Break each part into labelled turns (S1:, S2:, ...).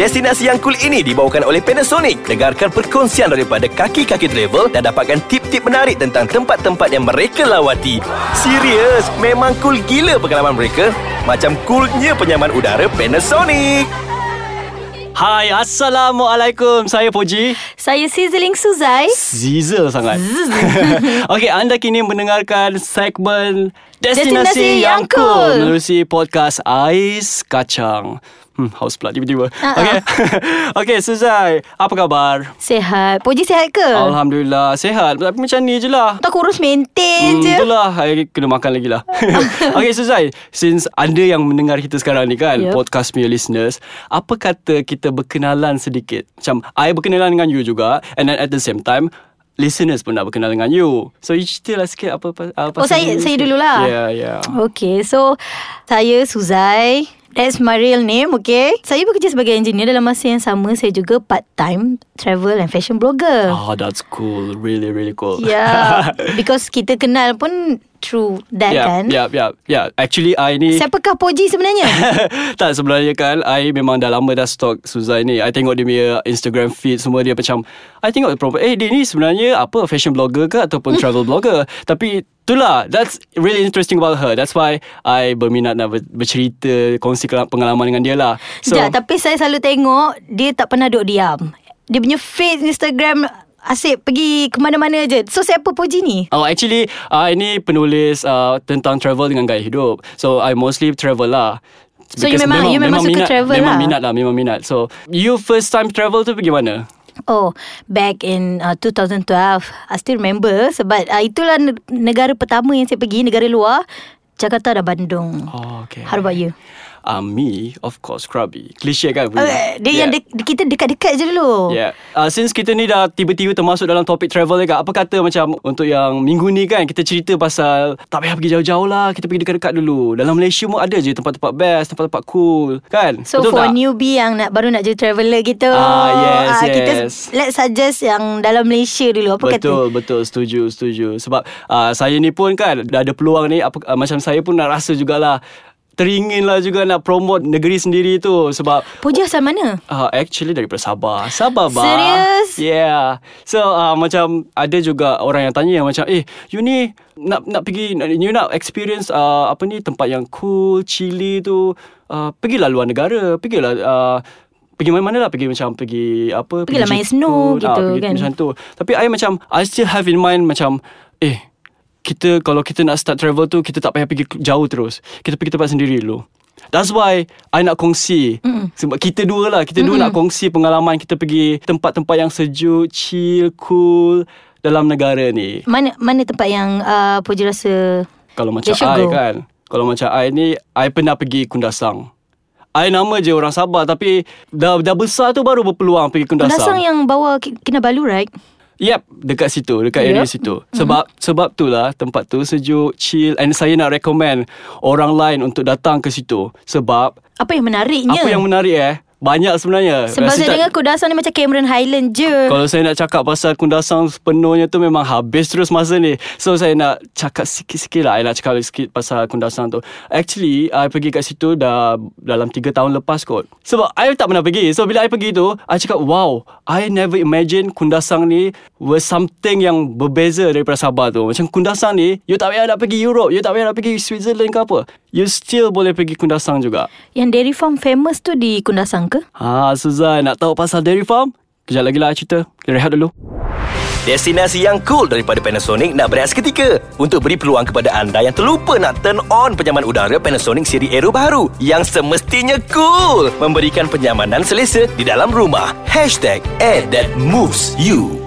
S1: Destinasi yang cool ini dibawakan oleh Panasonic. Dengarkan perkongsian daripada kaki-kaki travel dan dapatkan tip-tip menarik tentang tempat-tempat yang mereka lawati. Serius, memang cool gila pengalaman mereka. Macam coolnya penyaman udara Panasonic.
S2: Hai, Assalamualaikum. Saya Poji.
S3: Saya Sizzling Suzai.
S2: Zizzle sangat. Okey, anda kini mendengarkan segmen Destinasi,
S3: Destinasi
S2: Yang
S3: Yang
S2: Cool
S3: Cool.
S2: menerusi podcast Ais Kacang. Hmm, haus pula tiba-tiba.
S3: Ah,
S2: Okey. Okey, Suzai, apa khabar?
S3: Sehat. Poji sehat ke?
S2: Alhamdulillah, sehat. Tapi macam ni je lah.
S3: Tak kurus maintain
S2: Hmm,
S3: je.
S2: itulah Saya kena makan lagi lah Okay Suzai Since anda yang mendengar kita sekarang ni kan
S3: Yup.
S2: Podcast punya listeners Apa kata kita berkenalan sedikit Macam I berkenalan dengan you juga And then at the same time Listeners pun nak berkenalan dengan you So you cerita lah sikit apa, apa uh,
S3: Oh, saya-
S2: you
S3: saya
S2: sikit.
S3: dululah.
S2: Yeah yeah
S3: Okay, so saya Suzai. That's my real name, okay? Saya bekerja sebagai engineer dalam masa yang sama. Saya juga part-time travel and fashion blogger.
S2: Oh that's cool Really really cool
S3: Yeah, because kita kenal pun through that
S2: Yeah,
S3: kan?
S2: yeah, yeah, yeah. Actually, I ni
S3: Siapakah Poji sebenarnya?
S2: tak sebenarnya kan I memang dah lama dah stalk Suzai ni I tengok dia punya Instagram feed Semua dia macam I tengok perempuan Eh dia ni sebenarnya Apa fashion blogger ke Ataupun travel blogger Tapi Itulah That's really interesting about her That's why I berminat nak ber- bercerita Kongsi kela- pengalaman dengan dia lah
S3: So, tapi saya selalu tengok dia tak pernah duduk diam. Dia punya face Instagram asyik pergi ke mana-mana je. So siapa Poji ni?
S2: Oh actually uh, ini penulis uh, tentang travel dengan gaya hidup. So I mostly travel lah.
S3: So, you memang- you memang suka
S2: minat,
S3: travel
S2: memang
S3: lah.
S2: minat lah, memang minat. So you first time travel tu pergi mana?
S3: Oh, back in uh, 2012. I still remember sebab uh, itulah ne- negara pertama yang saya pergi, negara luar. Jakarta dan Bandung.
S2: Oh, okay.
S3: How about you?
S2: Uh, me, of course, Krabi. Klise kan?
S3: Uh, dia oh. yang de- kita dekat-dekat je dulu.
S2: Yeah. Uh, since kita ni dah tiba-tiba termasuk dalam topik travel dekat, apa kata macam untuk yang minggu ni kan kita cerita pasal tak payah pergi jauh-jauh lah, kita pergi dekat-dekat dulu. Dalam Malaysia pun ada je tempat-tempat best, tempat-tempat cool, kan?
S3: So
S2: Betul
S3: for
S2: tak?
S3: newbie yang nak baru nak jadi traveller gitu. uh,
S2: Ah, yes,
S3: Kita
S2: yes.
S3: let's suggest yang dalam Malaysia dulu. Apa kata?
S2: betul, betul, setuju, setuju. Sebab uh, saya ni pun kan dah ada peluang ni, apa, uh, macam saya pun nak rasa jugalah, teringinlah juga nak promote negeri sendiri tu. Sebab
S3: Puja asal mana?
S2: Uh, actually daripada Sabah Sabah bah
S3: Serious?
S2: Yeah So uh, macam Ada juga orang yang tanya yang Macam eh You ni Nak nak pergi nak- You nak experience uh, Apa ni Tempat yang cool Chili tu uh, Pergilah luar negara Pergilah uh, Pergi mana-mana lah Pergi macam Pergi apa
S3: Pergilah
S2: pergi
S3: main
S2: Jepun, lah,
S3: snow gitu
S2: pergi
S3: kan.
S2: Macam tu Tapi I macam I still have in mind Macam Eh kita kalau kita nak start travel tu kita tak payah pergi jauh terus. Kita pergi tempat sendiri dulu. That's why I nak kongsi Mm-mm. Sebab kita dua lah Kita dua nak kongsi pengalaman Kita pergi tempat-tempat yang sejuk Chill, cool Dalam negara ni
S3: Mana mana tempat yang uh, Puja rasa
S2: Kalau macam
S3: They should
S2: I
S3: go.
S2: kan Kalau macam I ni I pernah pergi Kundasang I nama je orang Sabah Tapi dah, dah besar tu baru berpeluang pergi Kundasang
S3: Dasang yang bawa Ki- Kinabalu right?
S2: Yep, dekat situ, dekat yep. area
S3: Yep.
S2: situ. Sebab mm-hmm. sebab itulah tempat tu sejuk, chill and saya nak recommend orang lain untuk datang ke situ. Sebab
S3: Apa yang menariknya?
S2: yeah. apa yang menarik eh? Banyak sebenarnya.
S3: Ya.
S2: Rasa
S3: Sebab saya
S2: tak-
S3: dengar Kudasang ni macam Cameron Highland je.
S2: kalau saya nak cakap pasal kundasang sepenuhnya tu memang habis terus masa ni. So saya nak cakap sikit-sikit lah. I nak cakap sikit pasal kundasang tu. Actually, I pergi kat situ dah dalam 3 tahun lepas kot. Sebab I tak pernah pergi. So bila I pergi tu, I cakap wow, I never imagine kundasang ni was something yang berbeza daripada Sabah tu. Macam kundasang ni, you tak payah nak pergi Europe, you tak payah nak pergi Switzerland ke apa. You still boleh pergi kundasang juga.
S3: Yang dairy farm famous tu di Kundasang ke?
S2: Ha, Suzan, nak tahu pasal dairy farm? Kejap lagi lah I cerita. Kita rehat dulu.
S1: Destinasi yang cool daripada Panasonic nak berehat seketika untuk beri peluang kepada anda yang terlupa nak turn on penyaman udara Panasonic siri Aero baru yang semestinya cool memberikan penyamanan selesa di dalam rumah. Hashtag air that moves you.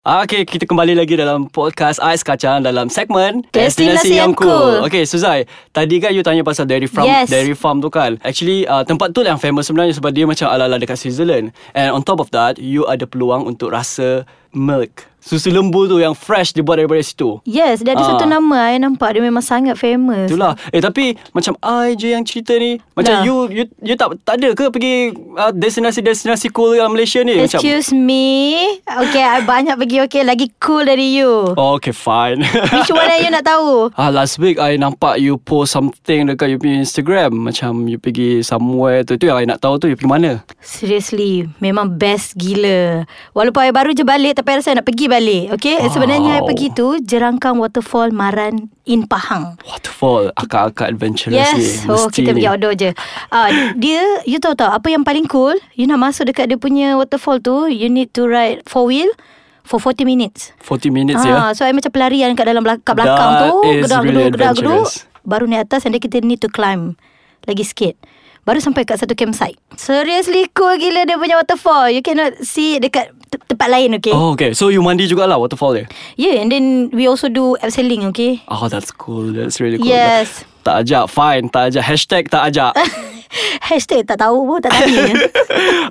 S2: Ah, Okay, kita kembali lagi dalam podcast Ais Kacang dalam segmen
S3: Destinasi Yang Cool.
S2: Okay, Suzai, tadi kan you tanya pasal dairy farm,
S3: Yes.
S2: dairy farm tu kan. Actually, uh, tempat tu lah yang famous sebenarnya sebab dia macam ala-ala dekat Switzerland. And on top of that, you ada peluang untuk rasa milk. Susu lembu tu yang fresh dia buat daripada situ.
S3: Yes, dia ada
S2: Ah.
S3: satu nama I nampak dia memang sangat famous.
S2: Itulah. Eh tapi macam I je yang cerita ni. Macam
S3: Nah.
S2: you you you tak tak ada ke pergi uh, destinasi-destinasi cool dalam Malaysia ni macam.
S3: Excuse me. Okay, I banyak pergi okay lagi cool dari you.
S2: Oh, okay fine.
S3: Which one yang you nak tahu?
S2: Ah, last week I nampak you post something dekat you punya Instagram macam you pergi somewhere tu itu yang I nak tahu tu you pergi mana?
S3: Seriously, memang best gila. Walaupun I baru je balik tapi I rasa I nak pergi balik. Okay, wow. sebenarnya I
S2: Wow.
S3: pergi tu Jerangkang Waterfall Maran in Pahang.
S2: Waterfall akak-akak adventurous ni.
S3: Yes Oh
S2: mesti
S3: kita
S2: ni.
S3: pergi outdoor je uh, Dia You tahu tak Apa yang paling cool You nak masuk dekat Dia punya waterfall tu You need to ride Four wheel For 40 minutes
S2: 40 minutes ya.
S3: Ah, So I macam pelarian Kat dalam belak- kat belakang
S2: That
S3: tu
S2: is
S3: Gedak-geduk
S2: really
S3: Gedak-geduk
S2: adventurous.
S3: Baru naik atas And then kita need to climb Lagi sikit Baru sampai kat satu campsite Seriously cool gila Dia punya waterfall You cannot see it Dekat te- tempat lain okay
S2: Oh okay. So you mandi jugalah waterfall dia.
S3: Yeah and then We also do abseiling okay
S2: Oh ya? that's cool. That's really cool.
S3: Yes.
S2: Tak ajak fine, tak ajak hashtag tak ajak.
S3: Hashtag tak tahu pun Tak tanya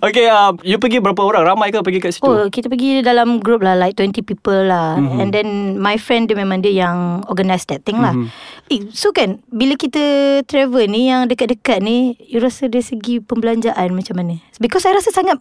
S2: okay, um, you pergi berapa orang? Ramai ke pergi kat situ?
S3: Oh, kita pergi dalam group lah like 20 people lah.
S2: Mhm.
S3: Mm-hmm. And then my friend dia memang dia yang organize that thing lah.
S2: Mhm.
S3: Mm-hmm. Eh, so kan bila kita travel ni yang dekat-dekat ni, you rasa dari segi pembelanjaan macam mana? Because saya rasa sangat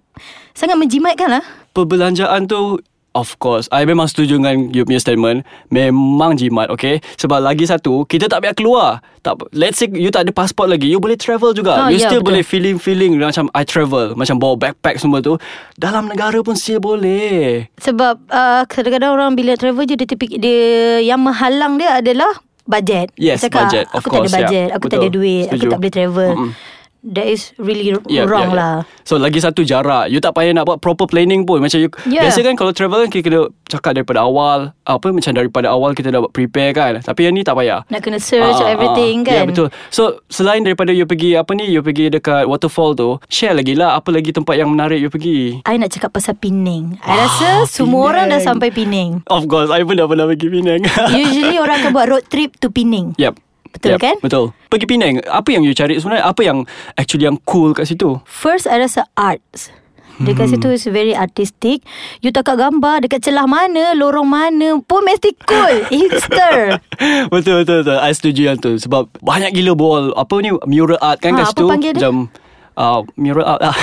S3: sangat menjimatkan lah.
S2: Perbelanjaan tu Of course I memang setuju dengan You punya statement Memang jimat Okay Sebab lagi satu Kita tak payah keluar tak, Let's say You tak ada passport lagi You boleh travel juga
S3: Ah,
S2: You
S3: ya,
S2: still
S3: betul.
S2: boleh feeling-feeling Macam I travel Macam bawa backpack semua tu Dalam negara pun still boleh
S3: Sebab uh, kadang-kadang orang bila travel je dia, tipik, dia yang menghalang dia adalah bajet.
S2: Yes,
S3: Dia cakap,
S2: bajet, of
S3: Aku
S2: course,
S3: tak ada
S2: yeah.
S3: bajet, aku tak ada
S2: Betul,
S3: duit, aku
S2: setuju.
S3: tak boleh travel.
S2: Mm-mm.
S3: That is really
S2: Yeah,
S3: wrong
S2: yeah, yeah.
S3: lah.
S2: Ya, So lagi satu jarak You tak payah nak buat proper planning pun Macam you
S3: Yeah.
S2: Biasa kan kalau travel kan Kita kena cakap daripada awal Apa macam daripada awal Kita dah buat prepare kan Tapi yang ni tak payah
S3: Nak kena search
S2: Ah,
S3: everything
S2: ah.
S3: kan.
S2: Ya yeah, betul So selain daripada you pergi Apa ni You pergi dekat waterfall tu Share lagi lah Apa lagi tempat yang menarik you pergi
S3: I nak cakap pasal Penang. I
S2: Ah,
S3: rasa semua orang
S2: Penang.
S3: dah sampai Penang.
S2: Of course I pun dah pernah pergi Penang
S3: Usually orang akan buat road trip to Penang.
S2: Yep
S3: Betul
S2: yep.
S3: kan?
S2: Betul Pergi Penang Apa yang you cari sebenarnya Apa yang Actually yang cool kat situ
S3: First I rasa arts.
S2: Hmm.
S3: Dekat situ is very artistic. You tak gambar dekat celah mana, lorong mana pun mesti cool. Hipster.
S2: Betul betul betul I setuju yang tu Sebab banyak gila bol Apa ni Mural art kan kat
S3: Ha, apa
S2: situ
S3: panggil dia?
S2: Macam Uh, mural art lah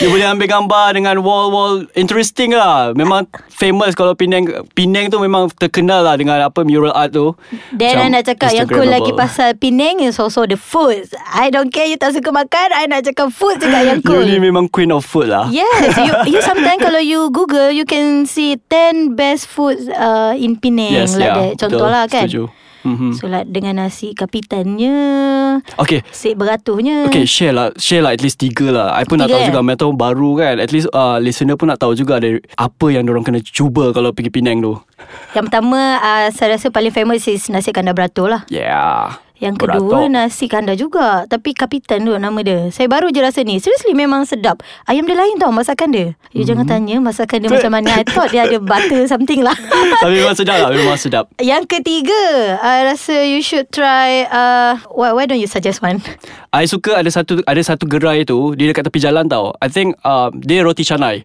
S2: You boleh ambil gambar Dengan wall-wall Interesting lah Memang famous Kalau Penang Penang tu memang terkenal lah Dengan apa mural art tu
S3: Then I
S2: Macam
S3: nak cakap yang cool lagi
S2: Instagrammable.
S3: pasal Penang is also the food. I don't care you tak suka makan, I nak cakap food juga yang cool.
S2: You ni memang queen of food lah
S3: Yes, you, you sometimes kalau you Google, you can see 10 best foods uh, in Penang
S2: Yes,
S3: like
S2: yeah,
S3: that. Contohlah
S2: betul,
S3: kan.
S2: setuju. Mhm.
S3: So like dengan nasi kapitannya,
S2: Okay
S3: sik beratuhnya.
S2: Okay share lah Share lah at least tiga lah I pun nak
S3: Tiga,
S2: tahu
S3: eh?
S2: juga Metal baru kan At least uh, listener pun nak tahu juga dari Apa yang orang kena cuba Kalau pergi Penang tu
S3: Yang pertama uh, saya rasa paling famous is nasi kandar beratur lah.
S2: Yeah
S3: Yang kedua nasi kandar juga Tapi kapitan tu nama dia Saya baru je rasa ni Seriously memang sedap Ayam dia lain tau masakan dia
S2: Mm-hmm.
S3: You jangan tanya masakan dia macam mana I thought dia ada butter something lah
S2: Tapi memang sedap lah Memang sedap
S3: Yang ketiga, I rasa you should try. Uh, why, why don't you suggest one?
S2: I suka ada satu Ada satu gerai tu Dia dekat tepi jalan tau I think uh, Dia roti canai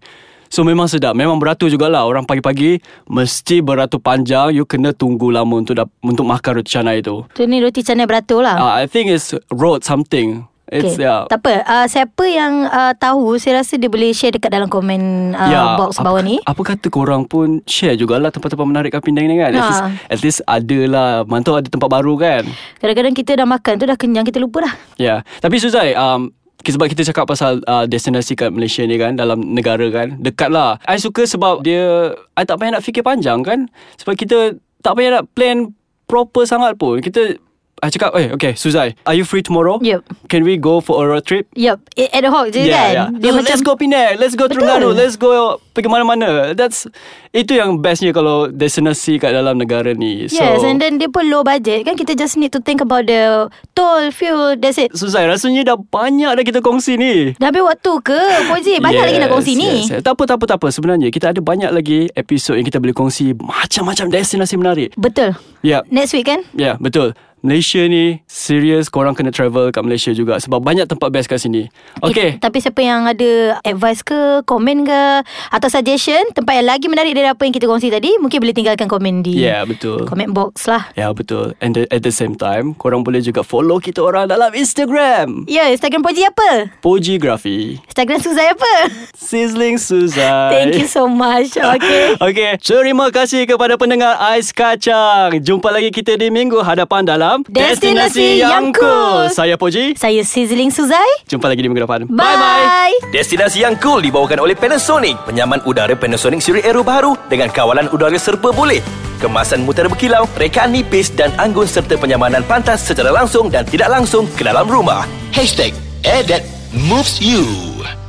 S2: So memang sedap Memang beratur jugalah Orang pagi-pagi Mesti beratur panjang You kena tunggu lama Untuk dap, untuk makan roti canai tu
S3: Tu ni roti canai beratur lah.
S2: uh, I think it's Road something It's yeah
S3: Tak apa. Uh, siapa yang uh, tahu, saya rasa dia boleh share dekat dalam komen uh,
S2: Ya,
S3: box
S2: apa,
S3: bawah ni.
S2: Apa kata korang pun Share jugalah Tempat-tempat menarik kat Penang ni kan At
S3: Ha.
S2: least At least ada lah Mantau ada tempat baru kan
S3: Kadang-kadang kita dah makan tu dah kenyang, kita lupa dah.
S2: Ya, yeah. tapi Suzai, um, ki- sebab kita cakap pasal uh, destinasi kat Malaysia ni kan dalam negara kan dekat lah I suka sebab dia I tak payah nak fikir panjang kan sebab kita tak payah nak plan proper sangat pun kita I cakap eh okay Suzai are you free tomorrow
S3: Yup.
S2: can we go for a road trip
S3: Yup, eh, ad hoc je kan. Dia
S2: Dia so,
S3: macam
S2: let's go Penang Let's go
S3: Betul.
S2: Terengganu Let's go Pergi mana-mana That's Itu yang bestnya Kalau destinasi kat dalam negara ni so,
S3: Yes, and then dia pun low budget kan. Kita just need to think about the toll, fuel, that's it.
S2: Suzai rasanya dah banyak dah kita kongsi ni
S3: Dah habis waktu ke? Poji, Eh, banyak lagi nak kongsi ni.
S2: yes. Tak apa, tak apa, tak apa. Sebenarnya kita ada banyak lagi episod yang kita boleh kongsi macam-macam destinasi menarik.
S3: Betul.
S2: Ya, yeah.
S3: Next week kan?
S2: ya yeah, betul. Malaysia ni serious korang kena travel kat Malaysia juga sebab banyak tempat best kat sini. Okay.
S3: Eh, tapi siapa yang ada advice ke, komen ke atau suggestion tempat yang lagi menarik dari apa yang kita kongsi tadi, mungkin boleh tinggalkan komen di
S2: Yeah, Ya, betul.
S3: comment box lah.
S2: Ya betul And the, at the same time Korang boleh juga follow kita orang dalam Instagram
S3: Ya, yeah, Instagram Poji apa?
S2: Pojigrafi
S3: Instagram Suzai apa?
S2: Sizzling Suzai
S3: Thank you so much. Okay.
S2: Okay Terima kasih kepada pendengar Ais Kacang Jumpa lagi kita di minggu hadapan dalam
S3: Destinasi Yang Cool.
S2: Saya Poji
S3: Saya Sizzling Suzai.
S2: Jumpa lagi di minggu depan
S3: Bye.
S1: Destinasi yang cool dibawakan oleh Panasonic, penyaman udara Panasonic siri Aero baru dengan kawalan udara serba boleh. Kemasan mutiara berkilau, rekaan nipis dan anggun serta penyamanan pantas secara langsung dan tidak langsung ke dalam rumah. Hashtag Air That Moves You.